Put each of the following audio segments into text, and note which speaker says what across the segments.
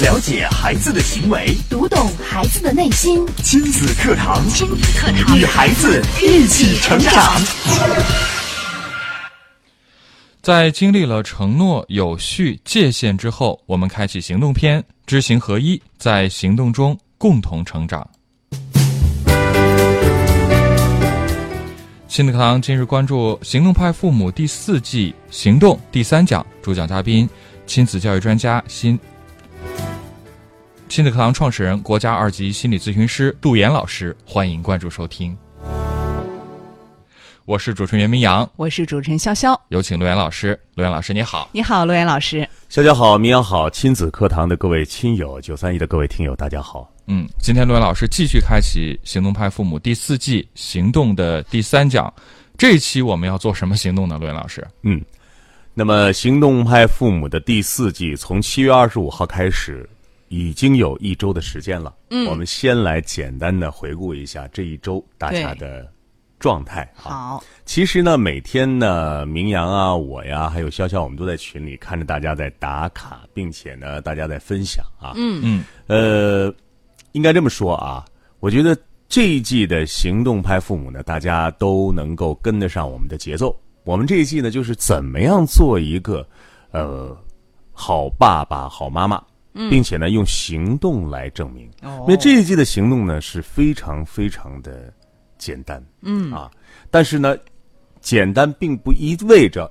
Speaker 1: 了解孩子的行为，
Speaker 2: 读懂孩子的内心。
Speaker 1: 亲子课堂，
Speaker 2: 亲子课堂
Speaker 1: 与孩子一起成长。
Speaker 3: 在经历了承诺、有序、界限之后，我们开启行动篇，知行合一，在行动中共同成长。亲子课堂今日关注《行动派父母》第四季“行动”第三讲，主讲嘉宾亲子教育专家辛亲子课堂创始人、国家二级心理咨询师杜岩老师，欢迎关注收听。我是主持人袁明阳，
Speaker 4: 我是主持人潇潇。
Speaker 3: 有请陆岩老师。陆岩老师，你好。
Speaker 4: 你好，陆岩老师。
Speaker 5: 大家好，明阳好，亲子课堂的各位亲友，九三一的各位听友，大家好。
Speaker 3: 嗯，今天陆岩老师继续开启《行动派父母》第四季行动的第三讲。这一期我们要做什么行动呢？陆岩老师，
Speaker 5: 嗯，那么《行动派父母》的第四季从七月二十五号开始，已经有一周的时间了。嗯，我们先来简单的回顾一下这一周大家的状态。啊。
Speaker 4: 好，
Speaker 5: 其实呢，每天呢，明阳啊，我呀，还有潇啊潇，我们都在群里看着大家在打卡，并且呢，大家在分享啊。嗯
Speaker 3: 嗯。
Speaker 5: 呃，应该这么说啊，我觉得这一季的行动派父母呢，大家都能够跟得上我们的节奏。我们这一季呢，就是怎么样做一个呃好爸爸、好妈妈，并且呢，用行动来证明。因为这一季的行动呢是非常非常的简单，嗯啊，但是呢，简单并不意味着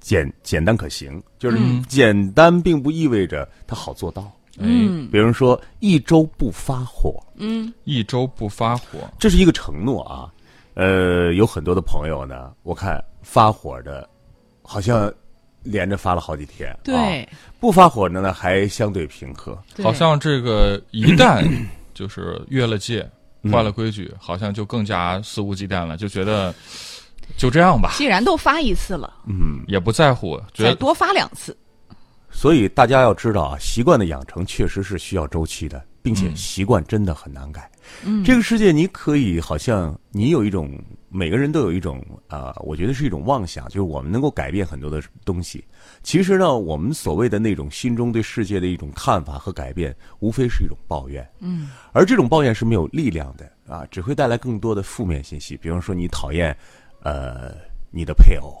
Speaker 5: 简简单可行，就是简单并不意味着它好做到。
Speaker 3: 嗯，
Speaker 5: 比如说一周不发火，
Speaker 4: 嗯
Speaker 3: 一周不发火，
Speaker 5: 这是一个承诺啊。呃，有很多的朋友呢，我看发火的，好像连着发了好几天。
Speaker 4: 对
Speaker 5: 啊，不发火的呢还相对平和。
Speaker 4: 对
Speaker 3: 好像这个一 旦就是越了界、坏了规矩，好像就更加肆无忌惮了，就觉得就这样吧，
Speaker 4: 既然都发一次了，
Speaker 3: 也不嗯在乎，觉
Speaker 4: 再
Speaker 3: 得
Speaker 4: 多发两次。
Speaker 5: 所以大家要知道啊，习惯的养成确实是需要周期的，并且习惯真的很难改。嗯，这个世界你可以好像你有一种，每个人都有一种啊、呃我觉得是一种妄想，就是我们能够改变很多的东西。其实呢，我们所谓的那种心中对世界的一种看法和改变，无非是一种抱怨。嗯，而这种抱怨是没有力量的啊，只会带来更多的负面信息。比方说，你讨厌呃你的配偶。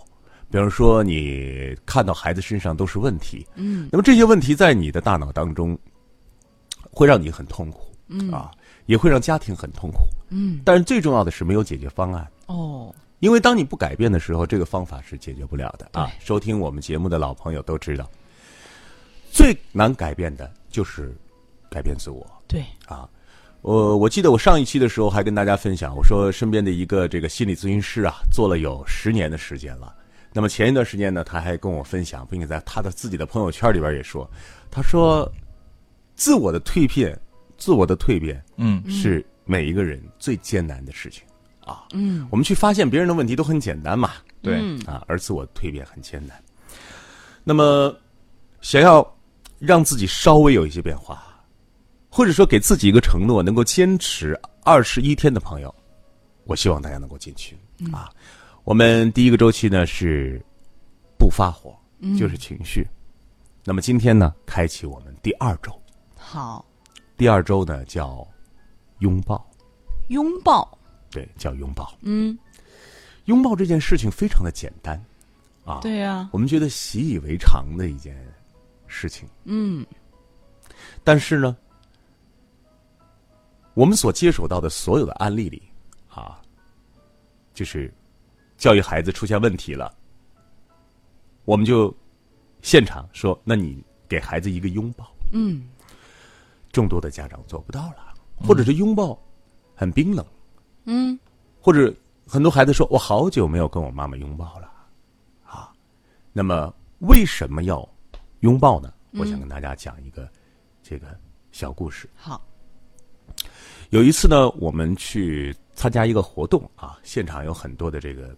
Speaker 5: 比如说，你看到孩子身上都是问题，嗯，那么这些问题在你的大脑当中，会让你很痛苦，嗯啊，也会让家庭很痛苦，嗯。但是最重要的是没有解决方案，
Speaker 4: 哦，
Speaker 5: 因为当你不改变的时候，这个方法是解决不了的啊。收听我们节目的老朋友都知道，最难改变的就是改变自我，
Speaker 4: 对，
Speaker 5: 呃我我记得我上一期的时候还跟大家分享，我说身边的一个这个心理咨询师啊，做了有十年的时间了。那么前一段时间呢，他还跟我分享，并且在他的自己的朋友圈里边也说，他说，自我的蜕变，自我的蜕变
Speaker 3: 嗯
Speaker 5: 是每一个人最艰难的事情啊。嗯，我们去发现别人的问题都很简单嘛，
Speaker 3: 对，
Speaker 4: 嗯
Speaker 5: 啊，而自我蜕变很艰难。那么，想要让自己稍微有一些变化，或者说给自己一个承诺，能够坚持二十一天的朋友，我希望大家能够进群啊。我们第一个周期呢是不发火，就是情绪。那么今天呢，开启我们第二周，
Speaker 4: 好，
Speaker 5: 第二周呢叫拥抱，
Speaker 4: 拥抱，
Speaker 5: 对，叫拥抱。
Speaker 4: 嗯，
Speaker 5: 拥抱这件事情非常的简单啊，
Speaker 4: 嗯对呀，
Speaker 5: 我们觉得习以为常的一件事情。
Speaker 4: 嗯，
Speaker 5: 但是呢，我们所接手到的所有的案例里，啊，就是教育孩子出现问题了，我们就现场说：“那你给孩子一个拥抱。”
Speaker 4: 嗯，
Speaker 5: 众多的家长做不到了，或者是拥抱很冰冷。
Speaker 4: 嗯，
Speaker 5: 或者很多孩子说：“我好久没有跟我妈妈拥抱了。”啊，那么为什么要拥抱呢？我想跟大家讲一个这个小故事。
Speaker 4: 好，
Speaker 5: 有一次呢，我们去参加一个活动啊，现场有很多的这个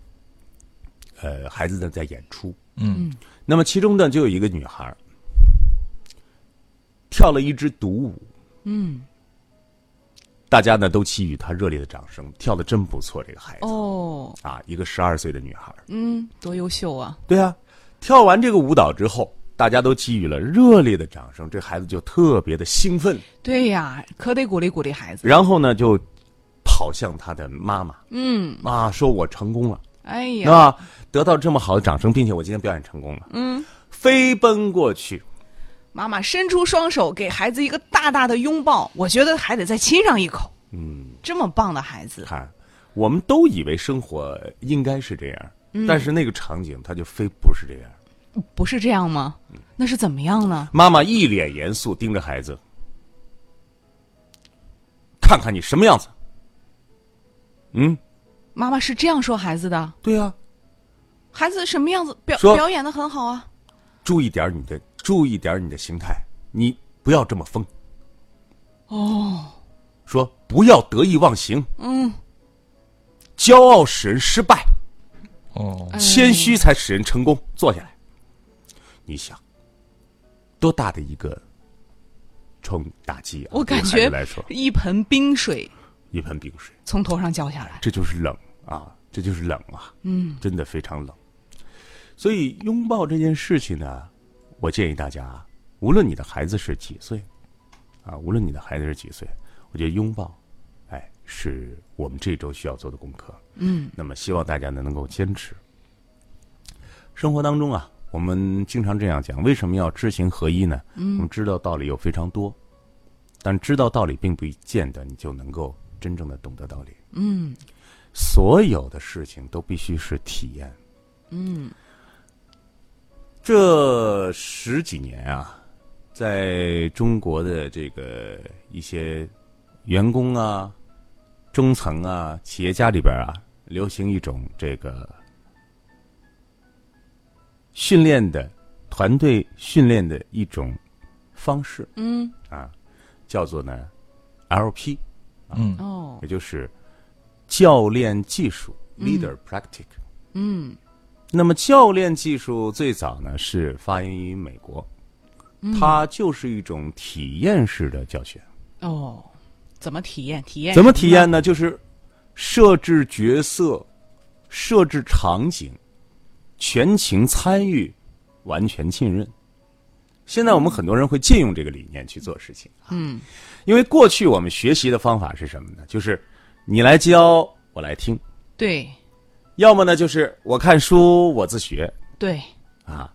Speaker 5: 呃孩子呢在演出，
Speaker 3: 嗯，
Speaker 5: 那么其中呢就有一个女孩儿跳了一支独舞，嗯，大家呢都给予她热烈的掌声，跳的真不错，这个孩子、
Speaker 4: 哦，
Speaker 5: 啊，一个十二岁的女孩儿，
Speaker 4: 嗯，多优秀啊，
Speaker 5: 对啊，跳完这个舞蹈之后，大大家都给予了热烈的掌声，这孩子就特别的兴奋，
Speaker 4: 对呀，可得鼓励鼓励孩子。
Speaker 5: 然后呢就跑向他的妈妈
Speaker 4: 嗯，
Speaker 5: 啊，说我成功了。
Speaker 4: 哎呀，
Speaker 5: 啊，得到这么好的掌声，并且我今天表演成功了。嗯，飞奔过去，
Speaker 4: 妈妈伸出双手给孩子一个大大的拥抱，我觉得还得再亲上一口。嗯，这么棒的孩子，
Speaker 5: 看，我们都以为生活应该是这样，但是那个场景它就非不是这样。
Speaker 4: 不是这样吗？那是怎么样呢？
Speaker 5: 妈妈一脸严肃盯着孩子，看看你什么样子。嗯，
Speaker 4: 妈妈是这样说孩子的，
Speaker 5: 对啊，
Speaker 4: 孩子什么样子表
Speaker 5: 说
Speaker 4: 表演的很好啊。
Speaker 5: 注意点儿你的，注意点儿你的形态，你不要这么疯。
Speaker 4: 哦，
Speaker 5: 说不要得意忘形，
Speaker 4: 嗯，
Speaker 5: 骄傲使人失败。
Speaker 3: 哦，
Speaker 4: 哎
Speaker 5: 谦虚才使人成功。坐下来，你想，多大的一个冲打击啊！
Speaker 4: 我感
Speaker 5: 对孩
Speaker 4: 觉
Speaker 5: 子来说，
Speaker 4: 嗯一盆冰水
Speaker 5: 一盆冰水，
Speaker 4: 从头上浇下来。
Speaker 5: 这就是冷啊，这就是冷啊，嗯，真的非常冷。所以拥抱这件事情呢，我建议大家啊，无论你的孩子是几岁，啊，无论你的孩子是几岁，我觉得拥抱，哎，是我们这周需要做的功课。嗯，那么希望大家呢能够坚持。生活当中啊，我们经常这样讲，为什么要知行合一呢？嗯，我们知道道理有非常多，但知道道理并不见得你就能够真正的懂得道理。嗯，所有的事情都必须是体验。嗯，这十几年啊，在中国的这个一些员工啊、中层啊、企业家里边啊，流行一种这个训练的团队训练的一种方式，
Speaker 4: 嗯，
Speaker 5: 啊，叫做呢 LP，
Speaker 3: 嗯，
Speaker 4: 哦，
Speaker 5: 也就是教练技术 （Leader Practice）。
Speaker 4: 嗯
Speaker 5: 那么教练技术最早呢是发源于美国，它就是一种体验式的教学。
Speaker 4: 哦，怎么体验？体验
Speaker 5: 怎么体验呢？就是设置角色、设置场景、全情参与、完全信任。现在我们很多人会借用这个理念去做事情，
Speaker 4: 嗯，
Speaker 5: 因为过去我们学习的方法是什么呢？就是你来教，我来听；
Speaker 4: 对
Speaker 5: 要么呢就是我看书，我自学
Speaker 4: 对
Speaker 5: 啊；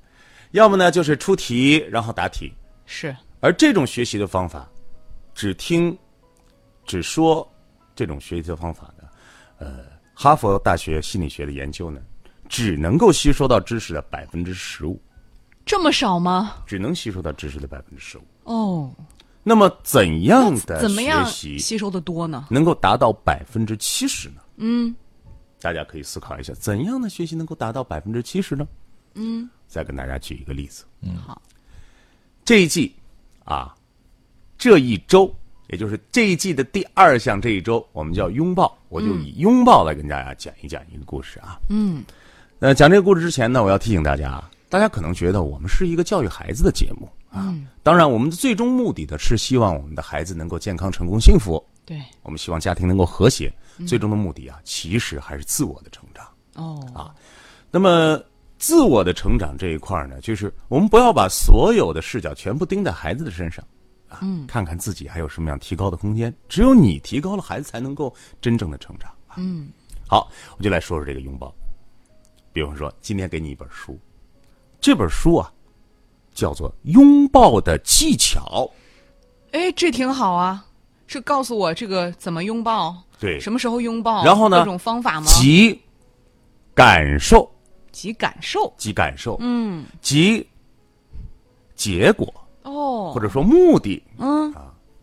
Speaker 5: 要么呢就是出题然后答题。
Speaker 4: 是，
Speaker 5: 而这种学习的方法，只听、只说这种学习的方法呢，呃，哈佛大学心理学的研究呢，只能够吸收到知识的百分之十五，
Speaker 4: 这么少吗？
Speaker 5: 只能吸收到知识的百分之十五。
Speaker 4: 哦，
Speaker 5: 那么，怎样的
Speaker 4: 怎么样
Speaker 5: 学习
Speaker 4: 吸收的多呢？
Speaker 5: 能够达到百分之七十呢？
Speaker 4: 嗯，
Speaker 5: 大家可以思考一下，怎样的学习能够达到百分之七十呢？嗯，再跟大家举一个例子。嗯，
Speaker 4: 好，
Speaker 5: 这一季啊，这一周，也就是这一季的第二项，这一周我们叫拥抱，我就以拥抱来跟大家讲一讲一个故事啊。嗯，那讲这个故事之前呢，我要提醒大家啊，大家可能觉得我们是一个教育孩子的节目啊，当然我们的最终目的呢是希望我们的孩子能够健康、成功、幸福。
Speaker 4: 对，
Speaker 5: 我们希望家庭能够和谐，
Speaker 4: 嗯
Speaker 5: 最终的目的啊，其实还是自我的成长。
Speaker 4: 哦，
Speaker 5: 啊那么，自我的成长这一块儿呢，就是我们不要把所有的视角全部盯在孩子的身上，啊，
Speaker 4: 嗯
Speaker 5: 看看自己还有什么样提高的空间。只有你提高了，孩子才能够真正的成长。嗯，好，我就来说说这个拥抱。比方说，今天给你一本书，这本书啊，叫做《拥抱的技巧》。
Speaker 4: 哎，这挺好啊，是告诉我这个怎么拥抱，
Speaker 5: 对
Speaker 4: 什么时候拥抱，
Speaker 5: 然后呢
Speaker 4: 各种方法吗？
Speaker 5: 及感受，
Speaker 4: 及感受，
Speaker 5: 及感受，
Speaker 4: 嗯，
Speaker 5: 及结果，
Speaker 4: 哦，
Speaker 5: 或者说目的。啊
Speaker 4: 嗯，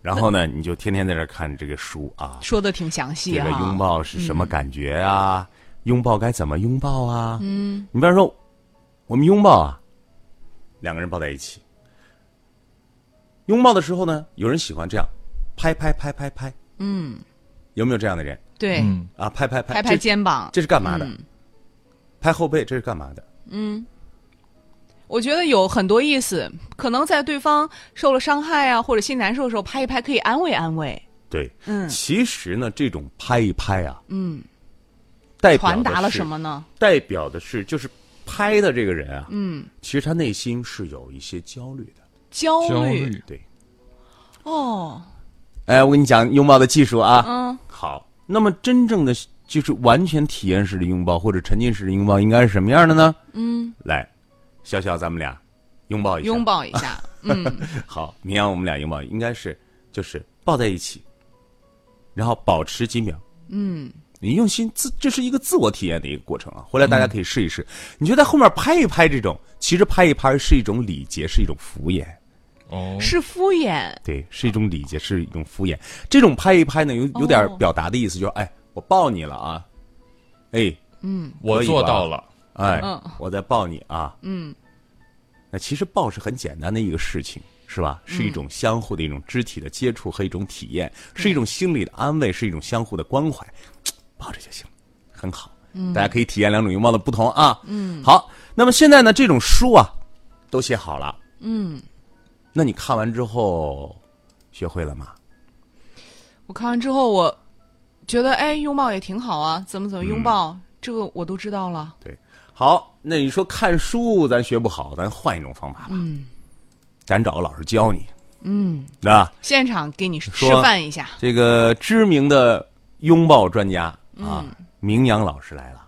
Speaker 5: 然后呢，你就天天在这儿看这个书啊，
Speaker 4: 说的挺详细啊
Speaker 5: 这
Speaker 4: 哈、
Speaker 5: 个拥抱是什么感觉啊？
Speaker 4: 嗯
Speaker 5: 拥抱该怎么拥抱啊？嗯，你比方说，我们拥抱啊，两个人抱在一起，拥抱的时候呢，有人喜欢这样，拍拍拍拍拍，嗯，有没有这样的人
Speaker 4: 对，
Speaker 3: 嗯，
Speaker 5: 啊？拍拍拍，
Speaker 4: 拍拍
Speaker 5: 这
Speaker 4: 肩膀，
Speaker 5: 这是干嘛的
Speaker 4: 嗯？
Speaker 5: 拍后背，这是干嘛的？
Speaker 4: 我觉得有很多意思，可能在对方受了伤害啊，或者心难受的时候拍一拍，可以安慰安慰。
Speaker 5: 对，
Speaker 4: 嗯
Speaker 5: 其实呢，这种拍一拍啊，嗯，代表的
Speaker 4: 传达了
Speaker 5: 是
Speaker 4: 什么呢？
Speaker 5: 代表的是就是拍的这个人啊，嗯，其实他内心是有一些焦虑的。
Speaker 4: 焦
Speaker 3: 焦
Speaker 4: 虑
Speaker 3: 虑，
Speaker 5: 对，
Speaker 4: 哦，
Speaker 5: 哎，我跟你讲拥抱的技术啊，
Speaker 4: 嗯，
Speaker 5: 好，那么真正的就是完全体验式的拥抱或者沉浸式的拥抱应该是什么样的呢？嗯，来，潇潇，咱们俩拥抱一下，
Speaker 4: 拥抱一下，嗯，
Speaker 5: 好，你让我们俩拥抱，应该是就是抱在一起，然后保持几秒。嗯，你用心自，这是一个自我体验的一个过程啊。回来大家可以试一试。你就在后面拍一拍这种，其实拍一拍是一种礼节，是一种敷衍。
Speaker 3: 哦，
Speaker 4: 是敷衍，
Speaker 5: 对，是一种礼节，是一种敷衍。这种拍一拍呢，有有点
Speaker 4: 哦
Speaker 5: 表达的意思，就是哎，我抱你了啊，哎，
Speaker 3: 我做到了，
Speaker 5: 哎，
Speaker 4: 嗯
Speaker 5: 我在抱你啊。嗯，那其实抱是很简单的一个事情，是吧？是一种相互的一种肢体的接触和一种体验，是一种心理的安慰，是一种相互的关怀，抱着就行，很好。嗯，大家可以体验两种拥抱的不同啊。嗯，好，那么现在呢，这种书啊都写好了。嗯，那你看完之后学会了吗？
Speaker 4: 我看完之后，我觉得哎，拥抱也挺好啊，怎么怎么拥抱，这个我都知道了。
Speaker 5: 对，好，那你说看书咱学不好，咱换一种方法吧。嗯，咱找个老师教你。嗯，是吧？
Speaker 4: 现场给你示
Speaker 5: 说
Speaker 4: 范一下，
Speaker 5: 这个知名的拥抱专家啊，明阳老师来 了。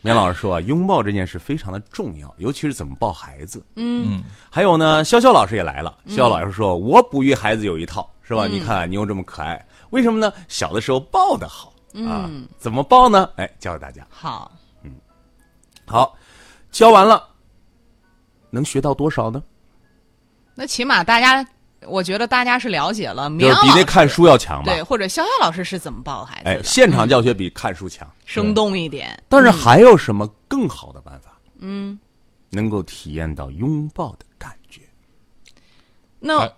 Speaker 5: 明阳老师说啊，拥抱这件事非常的重要，尤其是怎么抱孩子。
Speaker 3: 嗯，
Speaker 5: 还有呢，潇潇老师也来了。潇潇老师说，我哺育孩子有一套，是吧？你看你又这么可爱，为什么呢？小的时候抱得好啊，怎么抱呢？哎，教给大家。
Speaker 4: 好，
Speaker 5: 好，教完了，能学到多少呢？
Speaker 4: 那起码大家，我觉得大家是了解了，明
Speaker 5: 就是
Speaker 4: 阳
Speaker 5: 比
Speaker 4: 老
Speaker 5: 那
Speaker 4: 师
Speaker 5: 看书要强吧
Speaker 4: 对，？或者潇潇老师是怎么抱孩子
Speaker 5: 哎，
Speaker 4: 的，嗯
Speaker 5: 现场教学比看书强。
Speaker 4: 生动一点。
Speaker 5: 但是还有什么更好的办法？嗯，能够体验到拥抱的感觉。
Speaker 4: 那
Speaker 3: 还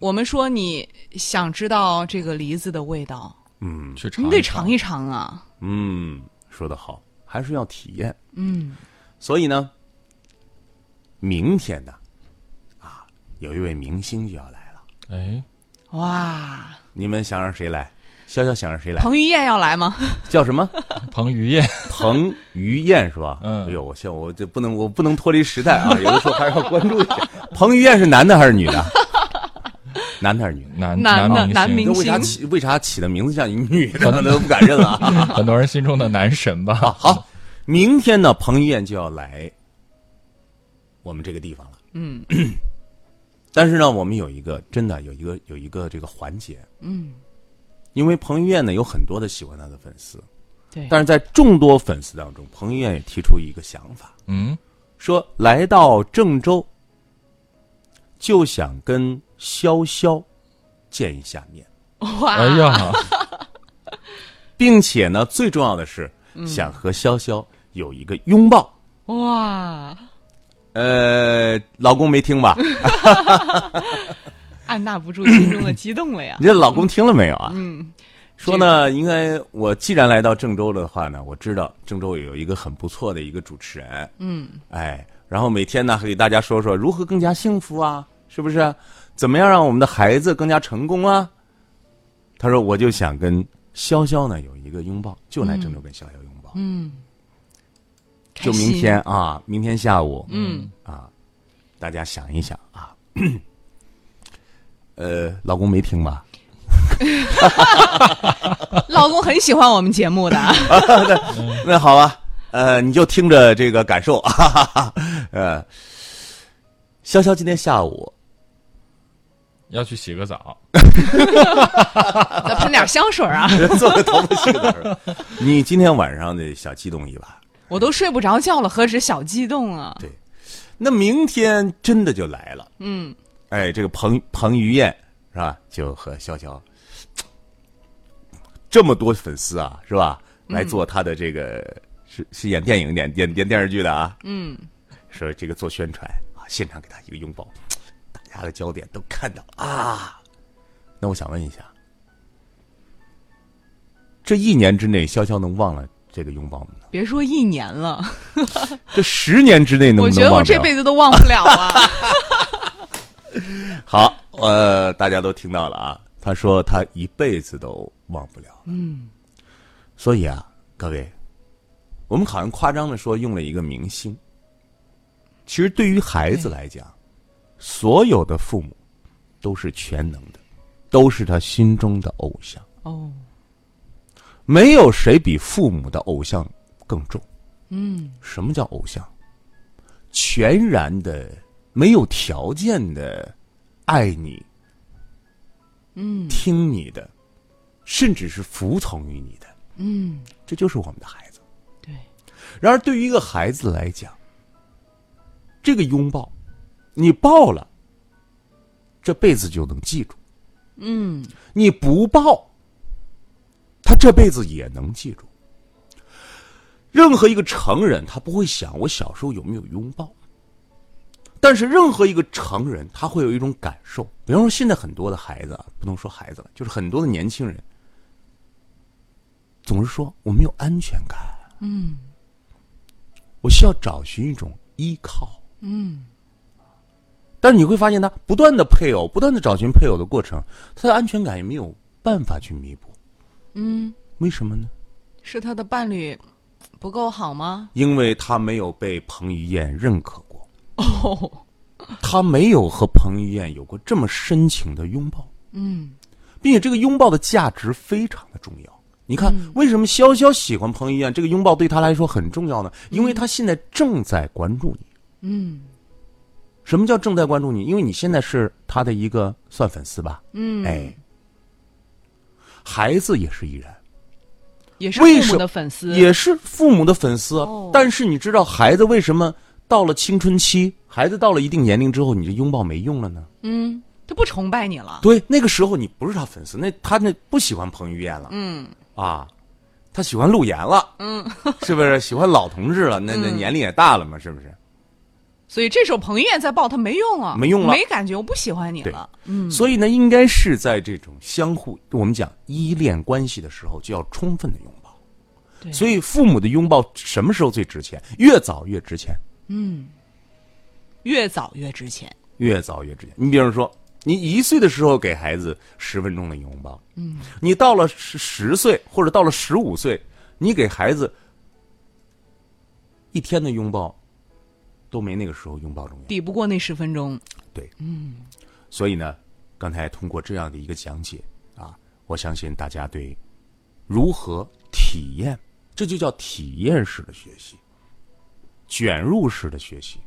Speaker 4: 我们说你想知道这个梨子的味道，
Speaker 5: 嗯
Speaker 3: 去尝
Speaker 4: 你得尝一尝啊。
Speaker 5: 嗯，说得好，还是要体验。嗯，所以呢，明天呢，啊，有一位明星就要来了。
Speaker 3: 哎，
Speaker 4: 哇，
Speaker 5: 你们想让谁来？潇潇想让谁来？
Speaker 4: 彭于晏要来吗？
Speaker 5: 叫什么？
Speaker 3: 彭于晏，
Speaker 5: 彭于晏是吧？
Speaker 3: 嗯
Speaker 5: 哎呦，我现我这不能，我不能脱离时代啊！有的时候还是要关注一下。 彭于晏是男的还是女的？ 男的还是女的？
Speaker 3: 男
Speaker 4: 男的男
Speaker 3: 明
Speaker 4: 明
Speaker 5: 那为啥
Speaker 3: 星，
Speaker 4: 星
Speaker 5: 起为啥起的名字像一女的，我 都不敢认了啊！
Speaker 3: 很多人心中的男神吧？
Speaker 5: 啊好，明天呢，彭于晏就要来我们这个地方了。嗯， 但是呢，我们有一个真的有一个有一个这个环节，嗯，因为彭于晏呢有很多的喜欢他的粉丝，
Speaker 4: 对，
Speaker 5: 但是在众多粉丝当中，彭于晏也提出一个想法，
Speaker 3: 嗯，
Speaker 5: 说来到郑州就想跟潇潇见一下面。
Speaker 4: 哇，
Speaker 3: 哎呀，
Speaker 5: 并且呢，最重要的是、想和潇潇有一个拥抱。
Speaker 4: 哇，
Speaker 5: 呃，老公没听吧？
Speaker 4: 按捺不住心中的激动了呀
Speaker 5: 你。这老公听了没有啊？嗯，说呢，应该我既然来到郑州的话呢，我知道郑州有一个很不错的一个主持人。嗯，哎，然后每天呢，还给大家说说如何更加幸福啊，是不是？怎么样让我们的孩子更加成功啊？他说，我就想跟潇潇呢有一个拥抱，就来郑州跟潇潇拥抱。就明天啊，明天下午，嗯啊，大家想一想啊， 呃，老公没听吧？
Speaker 4: 开心，老公很喜欢我们节目的，
Speaker 5: 那好吧，呃，你就听着这个感受啊， 哈哈哈呃，潇潇今天下午
Speaker 3: 要去洗个澡，
Speaker 4: 再喷点香水啊，
Speaker 5: 做个头发洗个头，你今天晚上得小激动一把。
Speaker 4: 我都睡不着觉了，何止小激动啊！
Speaker 5: 对，那明天真的就来了，嗯，哎，这个彭彭于晏是吧，就和潇潇这么多粉丝啊，是吧，
Speaker 4: 嗯
Speaker 5: 来做他的这个、是是演电影演演演电视剧的啊，嗯，说这个做宣传啊，现场给他一个拥抱，大家的焦点都看到啊，那我想问一下，这一年之内，潇潇能忘了这个拥抱吗？
Speaker 4: 别说一年了，
Speaker 5: 这十年之内能
Speaker 4: 我
Speaker 5: 不能忘
Speaker 4: 觉
Speaker 5: 掉？
Speaker 4: 得我这辈子都忘不 了啊。
Speaker 5: 好，呃，大家都听到了啊，他说他一辈子都忘不了。嗯，所以啊，各位，我们好像夸张的说用了一个明星。其实对于孩子来讲，所有的父母都是全能的，都是他心中的偶像。
Speaker 4: 哦，
Speaker 5: 没有谁比父母的偶像更重。嗯，什么叫偶像？全然的、没有条件的爱你，嗯，听你的，甚至是服从于你的。嗯，这就是我们的孩子。
Speaker 4: 对，
Speaker 5: 然而，对于一个孩子来讲，这个拥抱，你抱了，这辈子就能记住；
Speaker 4: 嗯，
Speaker 5: 你不抱，他这辈子也能记住。任何一个成人，他不会想我小时候有没有拥抱，但是任何一个成人，他会有一种感受。比方说，现在很多的孩子啊，不能说孩子了，就是很多的年轻人，总是说我没有安全感，嗯，我需要找寻一种依靠，嗯。但是你会发现，他不断的配偶，不断的找寻配偶的过程，他的安全感也没有办法去弥补。为什么呢？
Speaker 4: 是他的伴侣不够好吗？
Speaker 5: 因为他没有被彭于晏认可过。哦，他没有和彭于晏有过这么深情的拥抱。嗯，并且这个拥抱的价值非常的重要。你看，为什么潇潇喜欢彭于晏？这个拥抱对他来说很重要呢？因为他现在正在关注嗯你。嗯，什么叫正在关注你？因为你现在是他的一个算粉丝吧？嗯，哎，孩子也是一然。
Speaker 4: 也是
Speaker 5: 为
Speaker 4: 父
Speaker 5: 什
Speaker 4: 母
Speaker 5: 么
Speaker 4: 的粉丝，
Speaker 5: 也是父母的粉丝啊。
Speaker 4: 哦
Speaker 5: 但是你知道，孩子为什么到了青春期，孩子到了一定年龄之后，你这拥抱没用了呢？
Speaker 4: 嗯，他不崇拜你了，
Speaker 5: 对，那个时候你不是他粉丝，那他那不喜欢彭于晏了，嗯啊，他喜欢陆岩了，嗯， 是不是喜欢老同志了？那
Speaker 4: 嗯
Speaker 5: 那年龄也大了嘛，是不是？
Speaker 4: 所以这时候彭于晏再抱他没用啊，
Speaker 5: 没用了
Speaker 4: 没感觉，我不喜欢你
Speaker 5: 对
Speaker 4: 了，，
Speaker 5: 嗯，所以呢，应该是在这种相互我们讲依恋关系的时候，就要充分的拥抱。
Speaker 4: 对
Speaker 5: 所以父母的拥抱什么时候最值钱？越早越值钱。
Speaker 4: 越早越值钱。
Speaker 5: 越早越值钱。你比如说，你一岁的时候给孩子十分钟的拥抱，嗯，你到了十十岁或者到了十五岁，你给孩子一天的拥抱都没那个时候拥抱重要。
Speaker 4: 抵不过那十分钟，
Speaker 5: 对，嗯，所以呢，刚才通过这样的一个讲解啊，我相信大家对如何体验，这就叫体验式的学习，卷入式的学习。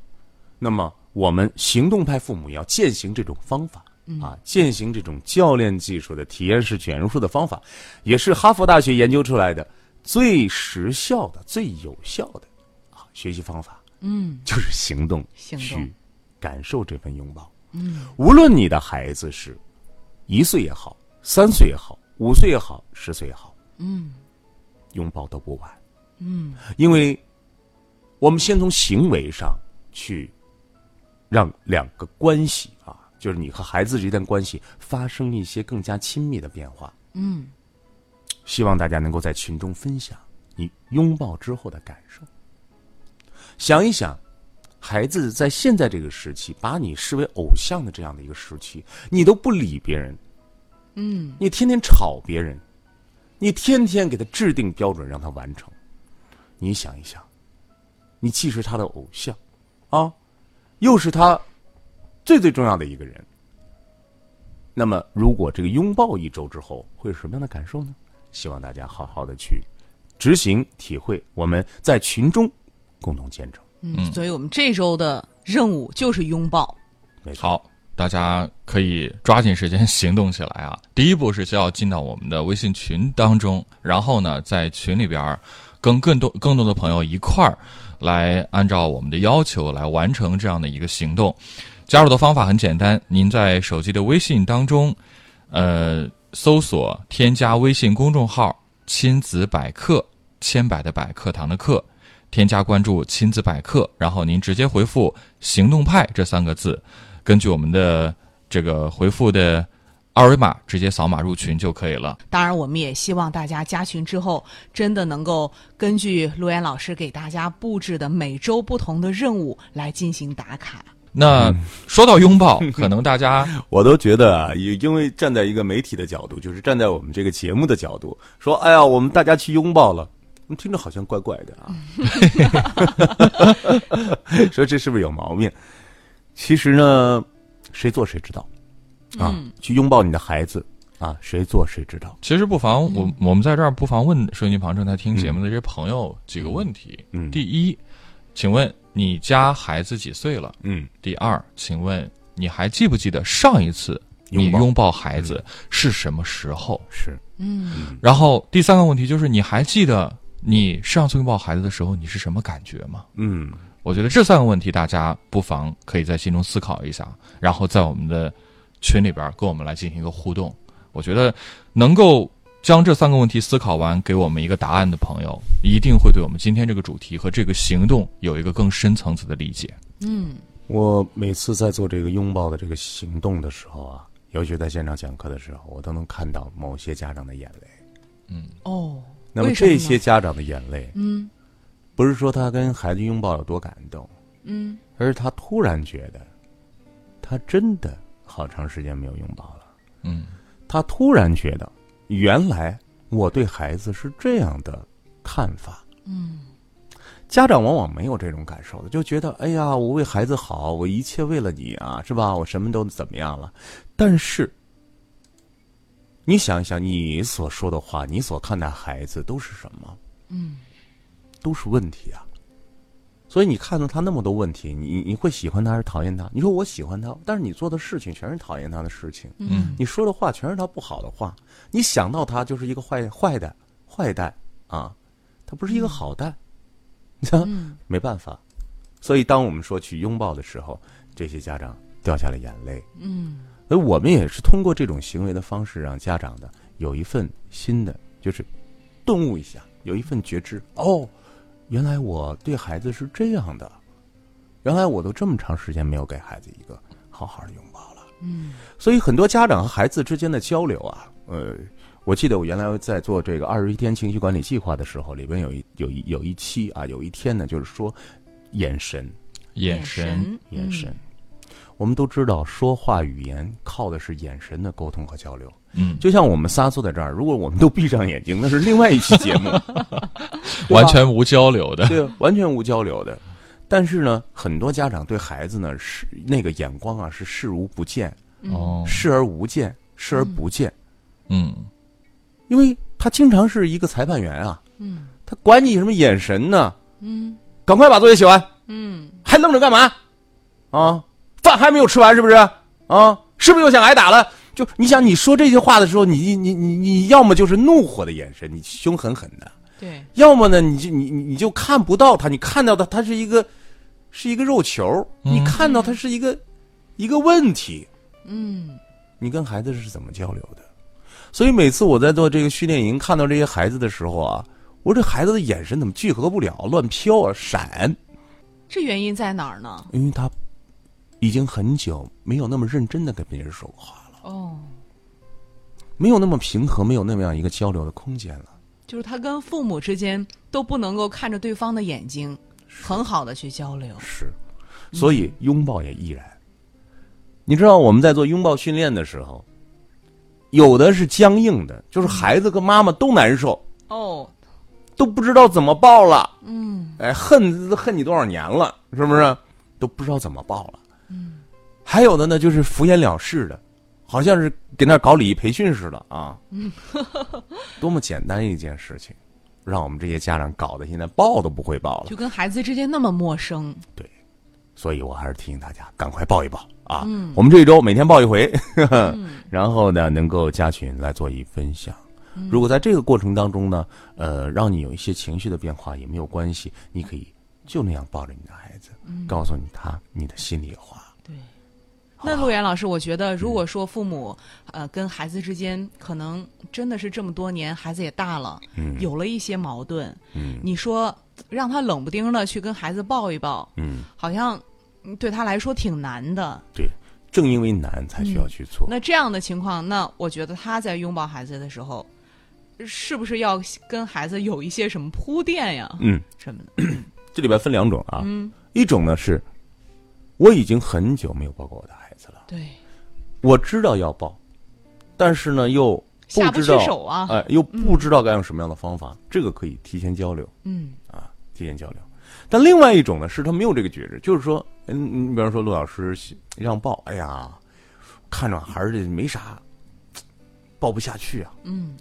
Speaker 5: 那么，我们行动派父母要践行这种方法。啊，践行这种教练技术的体验式卷入式的方法，也是哈佛大学研究出来的最时效的、最有效的啊学习方法。嗯，就是行动，
Speaker 4: 行动
Speaker 5: 去感受这份拥抱。嗯，无论你的孩子是一岁也好，三岁也好，五岁也好，十岁也好，嗯，拥抱都不晚。嗯，因为我们先从行为上去让两个关系啊，就是你和孩子之间的关系发生一些更加亲密的变化。嗯，希望大家能够在群中分享你拥抱之后的感受。想一想，孩子在现在这个时期，把你视为偶像的这样的一个时期，你都不理别人，嗯，你天天吵别人，你天天给他制定标准让他完成，你想一想，你既是他的偶像，啊，又是他最最重要的一个人。那么，如果这个拥抱一周之后，会是什么样的感受呢？希望大家好好的去执行、体会，我们在群中共同见证。
Speaker 4: 嗯，所以我们这周的任务就是拥抱，
Speaker 5: 没错，
Speaker 3: 好，大家可以抓紧时间行动起来啊！第一步是需要进到我们的微信群当中，然后呢，在群里边儿跟更多更多的朋友一块儿来按照我们的要求来完成这样的一个行动。加入的方法很简单，您在手机的微信当中，呃，搜索添加微信公众号“亲子百科”，千百的百，课堂的课。添加关注“亲子百科”，然后您直接回复“行动派”这三个字，根据我们的这个回复的二维码直接扫码入群就可以了。
Speaker 4: 当然，我们也希望大家加群之后，真的能够根据陆岩老师给大家布置的每周不同的任务来进行打卡。
Speaker 3: 那说到拥抱，可能大家
Speaker 5: 我都觉得啊，也因为站在一个媒体的角度，就是站在我们这个节目的角度，说，哎呀，我们大家去拥抱了，嗯听着好像怪怪的 啊，说这是不是有毛病？其实呢，谁做谁知道啊，
Speaker 3: 嗯
Speaker 5: 去拥抱你的孩子啊，谁做谁知道。
Speaker 3: 其实不妨我我们在这儿不妨问收音机旁正在听节目的这些朋友几个问题。
Speaker 5: 嗯
Speaker 3: 第一，请问你家孩子几岁了？
Speaker 5: 嗯，
Speaker 3: 第二，请问你还记不记得上一次你
Speaker 5: 拥抱
Speaker 3: 拥抱孩子是什么时候？
Speaker 5: 是
Speaker 4: 嗯
Speaker 3: 然后第三个问题就是，你还记得你上次拥抱孩子的时候你是什么感觉吗？
Speaker 5: 嗯，
Speaker 3: 我觉得这三个问题大家不妨可以在心中思考一下，然后在我们的群里边儿跟我们来进行一个互动。我觉得能够将这三个问题思考完，给我们一个答案的朋友，一定会对我们今天这个主题和这个行动有一个更深层次的理解。
Speaker 4: 嗯，
Speaker 5: 我每次在做这个拥抱的这个行动的时候啊，尤其在现场讲课的时候，我都能看到某些家长的眼泪。
Speaker 4: 哦，
Speaker 5: 那么
Speaker 4: 为什么
Speaker 5: 这
Speaker 4: 呢
Speaker 5: 些家长的眼泪，
Speaker 4: 嗯
Speaker 5: 不是说他跟孩子拥抱有多感动，
Speaker 4: 嗯
Speaker 5: 而是他突然觉得，他真的好长时间没有拥抱了。
Speaker 3: 嗯，
Speaker 5: 他突然觉得，原来我对孩子是这样的看法。
Speaker 4: 嗯
Speaker 5: 家长往往没有这种感受的，就觉得哎呀，我为孩子好，我一切为了你啊，是吧？我什么都怎么样了。但是，你想一想，你所说的话，你所看待孩子都是什么？
Speaker 4: 嗯，
Speaker 5: 都是问题啊。所以你看到他那么多问题，你你会喜欢他还是讨厌他？你说我喜欢他，但是你做的事情全是讨厌他的事情，
Speaker 3: 嗯，
Speaker 5: 你说的话全是他不好的话，你想到他就是一个坏坏的坏蛋啊，他不是一个好蛋， 你
Speaker 4: 嗯
Speaker 5: 看、没办法。所以当我们说去拥抱的时候，这些家长掉下了眼泪。嗯，而我们也是通过这种行为的方式，让家长的有一份新的，就是顿悟一下，有一份觉知。哦，原来我对孩子是这样的，原来我都这么长时间没有给孩子一个好好的拥抱了。所以很多家长和孩子之间的交流啊，呃，我记得我原来在做这个二十一天情绪管理计划的时候，里边有一有一有一期啊，有一天呢，就是说眼神，
Speaker 3: 眼神，
Speaker 4: 嗯
Speaker 5: 眼神。我们都知道，说话语言靠的是眼神的沟通和交流。
Speaker 3: 嗯，
Speaker 5: 就像我们仨坐在这儿，如果我们都闭上眼睛，那是另外一期节 目，对吧
Speaker 3: 完全无交流的。
Speaker 5: 对，完全无交流的。但是呢，很多家长对孩子呢是那个眼光啊是视如不见，
Speaker 3: 哦，
Speaker 5: 视而无见，视而不见。
Speaker 3: 嗯，
Speaker 5: 因为他经常是一个裁判员啊，嗯，他管你什么眼神呢？
Speaker 4: 嗯
Speaker 5: 赶快把作业写完，
Speaker 4: 嗯
Speaker 5: 还愣着干嘛？啊，饭还没有吃完是不是？啊，是不是又想挨打了？就你想你说这些话的时候，你你你你要么就是怒火的眼神，你凶狠狠的；
Speaker 4: 对，
Speaker 5: 要么呢，你就你你你就看不到他，你看到他，他是一个是一个肉球，你看到他是一个一个问题，
Speaker 4: 嗯
Speaker 5: 你跟孩子是怎么交流的？所以每次我在做这个训练营，看到这些孩子的时候啊，我这孩子的眼神怎么聚合不了，乱飘啊，闪，
Speaker 4: 这原因在哪儿呢？
Speaker 5: 因为他已经很久没有那么认真的跟别人说过话了，
Speaker 4: 哦，
Speaker 5: 没有那么平和，没有那么样一个交流的空间了。
Speaker 4: 就是他跟父母之间都不能够看着对方的眼睛，很好的去交流。
Speaker 5: 是，所以拥抱也亦然。你知道我们在做拥抱训练的时候，有的是僵硬的，就是孩子跟妈妈都难受，
Speaker 4: 哦，
Speaker 5: 都不知道怎么报了。嗯，哎，恨恨你多少年了，是不是？都不知道怎么报了。嗯，还有的呢，就是敷衍了事的，好像是给那儿搞礼仪培训似的啊。嗯， 多么简单一件事情，让我们这些家长搞得现在报都不会报了
Speaker 4: 就。跟孩子之间那么陌生。
Speaker 5: 所以我还是提醒大家，赶快报一报啊！我们这一周每天报一回， 呵呵然后呢，能够加群来做一分享。如果在这个过程当中呢，呃，让你有一些情绪的变化也没有关系，你可以就那样抱着你的孩子，告诉你他你的心里话。
Speaker 4: 对。那陆岩老师，我觉得如果说父母，呃，跟孩子之间可能真的是这么多年，孩子也大了，
Speaker 5: 嗯
Speaker 4: 有了一些矛盾，
Speaker 5: 嗯
Speaker 4: 你说让他冷不丁的去跟孩子抱一抱，
Speaker 5: 嗯，
Speaker 4: 好像嗯对他来说挺难的。
Speaker 5: 对，正因为难才需要去做。
Speaker 4: 那这样的情况，那我觉得他在拥抱孩子的时候，是不是要跟孩子有一些什么铺垫呀？
Speaker 5: 嗯，
Speaker 4: 什么的？
Speaker 5: 这里边分两种啊，一种呢是我已经很久没有抱过我的孩子了，
Speaker 4: 对，
Speaker 5: 我知道要抱，但是呢又不
Speaker 4: 下不
Speaker 5: 知
Speaker 4: 去
Speaker 5: 道
Speaker 4: 手啊
Speaker 5: 哎，又不知道该用什么样的方法，这个可以提前交流。
Speaker 4: 嗯
Speaker 5: 提前交流。但另外一种呢，是他没有这个觉知，就是说，嗯，你比方说陆老师让抱，哎呀，看着还是没啥，抱不下去啊，
Speaker 4: 嗯，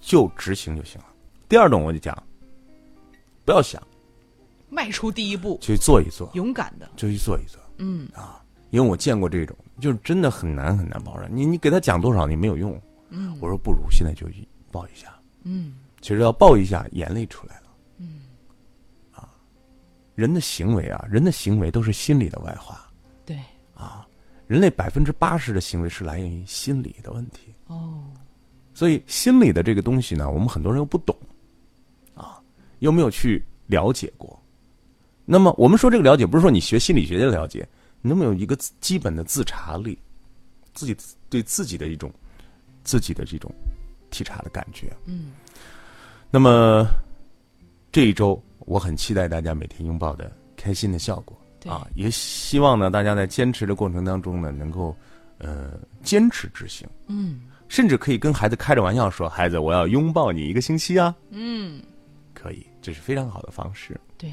Speaker 5: 就执行就行了。第二种我就讲，不要想，
Speaker 4: 迈出第一步，
Speaker 5: 就去做一做，
Speaker 4: 勇敢的，
Speaker 5: 就去做一做，
Speaker 4: 嗯
Speaker 5: 因为我见过这种，就是真的很难很难抱上。你你给他讲多少，你没有用。
Speaker 4: 嗯
Speaker 5: 我说不如现在就去抱一下，
Speaker 4: 嗯
Speaker 5: 其实要抱一下，眼泪出来了。嗯，啊，人的行为啊，人的行为都是心理的外化。
Speaker 4: 对
Speaker 5: 人类百分之八十的行为是来源于心理的问题，
Speaker 4: 哦
Speaker 5: 所以心理的这个东西呢，我们很多人又不懂，啊，又没有去了解过。那么我们说这个了解，不是说你学心理学的了解，你能不能有一个自基本的自查力，自己对自己的一种自己的这种体察的感觉？嗯。那么这一周，我很期待大家每天拥抱的开心的效果。
Speaker 4: 对
Speaker 5: 啊，也希望呢，大家在坚持的过程当中呢，能够呃坚持执行，
Speaker 4: 嗯
Speaker 5: 甚至可以跟孩子开着玩笑说：“孩子，我要拥抱你一个星期啊
Speaker 4: 嗯！”
Speaker 5: 可以，这是非常好的方式。
Speaker 4: 对。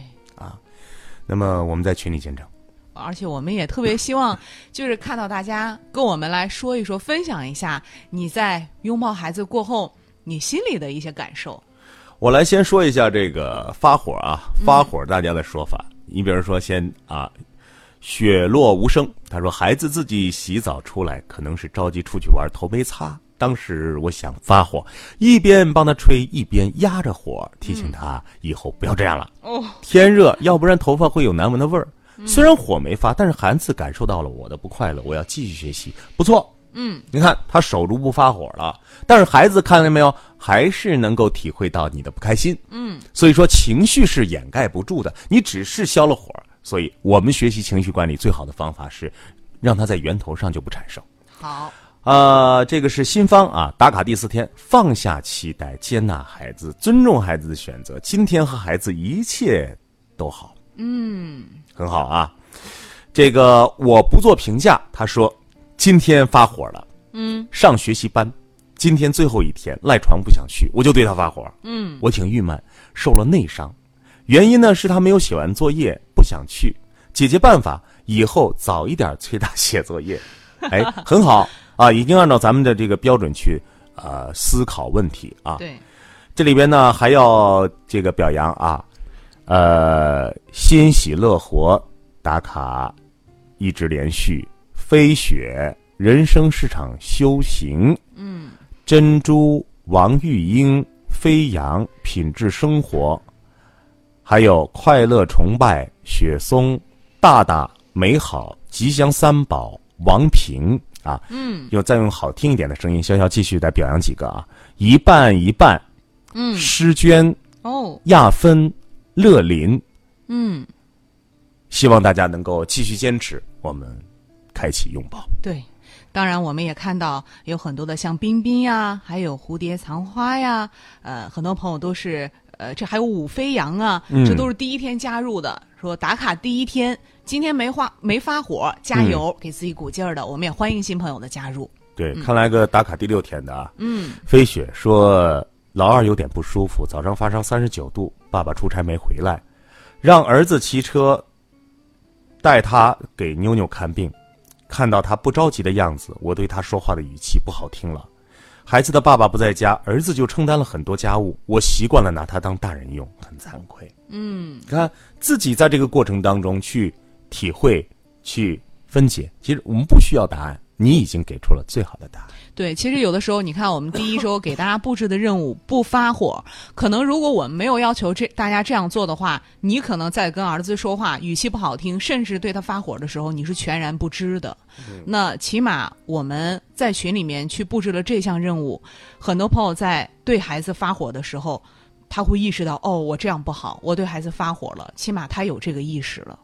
Speaker 5: 那么我们在群里见证。
Speaker 4: 而且我们也特别希望，就是看到大家跟我们来说一说，分享一下你在拥抱孩子过后你心里的一些感受。
Speaker 5: 我来先说一下这个发火啊，发火大家的说法。你比如说先啊，雪落无声，他说孩子自己洗澡出来，可能是着急出去玩，头没擦。当时我想发火，一边帮他吹，一边压着火，提醒他以后不要这样了。
Speaker 4: 哦，
Speaker 5: 天热，要不然头发会有难闻的味儿。虽然火没发，但是韩次感受到了我的不快乐，我要继续学习，不错。
Speaker 4: 嗯，
Speaker 5: 你看他守住不发火了，但是孩子看见没有，还是能够体会到你的不开心。嗯，所以说情绪是掩盖不住的，你只是消了火。所以我们学习情绪管理最好的方法是，让它在源头上就不产生。
Speaker 4: 好，
Speaker 5: 啊，这个是新方啊，打卡第四天，放下期待，接纳孩子，尊重孩子的选择。今天和孩子一切都好，嗯，很好啊。这个我不做评价，他说今天发火了，嗯，上学习班，今天最后一天，赖床不想去，我就对他发火，嗯，我挺郁闷，受了内伤，原因呢是他没有写完作业，不想去。解决办法，以后早一点催他写作 业。哎，很好啊，已经按照咱们的这个标准去呃思考问题啊。
Speaker 4: 对，
Speaker 5: 这里边呢还要这个表扬啊，呃，欣喜乐活打卡，一直连续飞雪人生市场修行，嗯，珍珠王玉英飞扬品质生活，还有快乐崇拜雪松大大美好吉祥三宝王平啊，嗯，又再用好听一点的声音，潇潇继续再表扬几个啊，一半一半。
Speaker 4: 嗯，
Speaker 5: 诗娟、
Speaker 4: 哦，
Speaker 5: 亚芬、乐林，
Speaker 4: 嗯，
Speaker 5: 希望大家能够继续坚持，我们开启拥抱。
Speaker 4: 对。当然，我们也看到有很多的像冰冰呀，还有蝴蝶残花呀，呃，很多朋友都是呃，这还有舞飞扬啊，这都是第一天加入的，说打卡第一天，今天没花没发火，加油，给自己鼓劲儿的。我们也欢迎新朋友的加入。
Speaker 5: 对，看来个打卡第六天的啊，
Speaker 4: 嗯，
Speaker 5: 飞雪说老二有点不舒服，早上发烧三十九度，爸爸出差没回来，让儿子骑车带他给妞妞看病。看到他不着急的样子，我对他说话的语气不好听了。孩子的爸爸不在家，儿子就承担了很多家务，我习惯了拿他当大人用，很惭愧。嗯，你看自己在这个过程当中去体会、去分解，其实我们不需要答案，你已经给出了最好的答案。
Speaker 4: 对，其实有的时候，你看我们第一周给大家布置的任务不发火，可能如果我们没有要求这大家这样做的话，你可能在跟儿子说话语气不好听，甚至对他发火的时候，你是全然不知的。那起码我们在群里面去布置了这项任务，很多朋友在对孩子发火的时候，他会意识到哦，我这样不好，我对孩子发火了，起码他有这个意识了。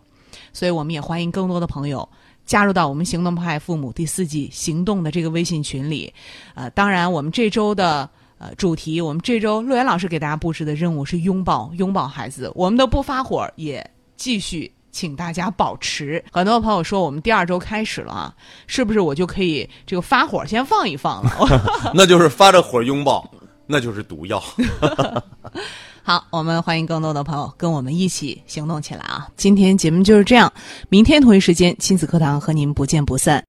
Speaker 4: 所以我们也欢迎更多的朋友加入到我们行动派父母第四季行动的这个微信群里。呃，当然，我们这周的呃主题，我们这周乐园老师给大家布置的任务是拥抱，拥抱孩子。我们的不发火也继续请大家保持。很多朋友说我们第二周开始了啊，是不是我就可以这个发火先放一放了？
Speaker 5: 那就是发着火拥抱，那就是毒药。
Speaker 4: 好，我们欢迎更多的朋友跟我们一起行动起来啊！今天节目就是这样，明天同一时间亲子课堂和您不见不散。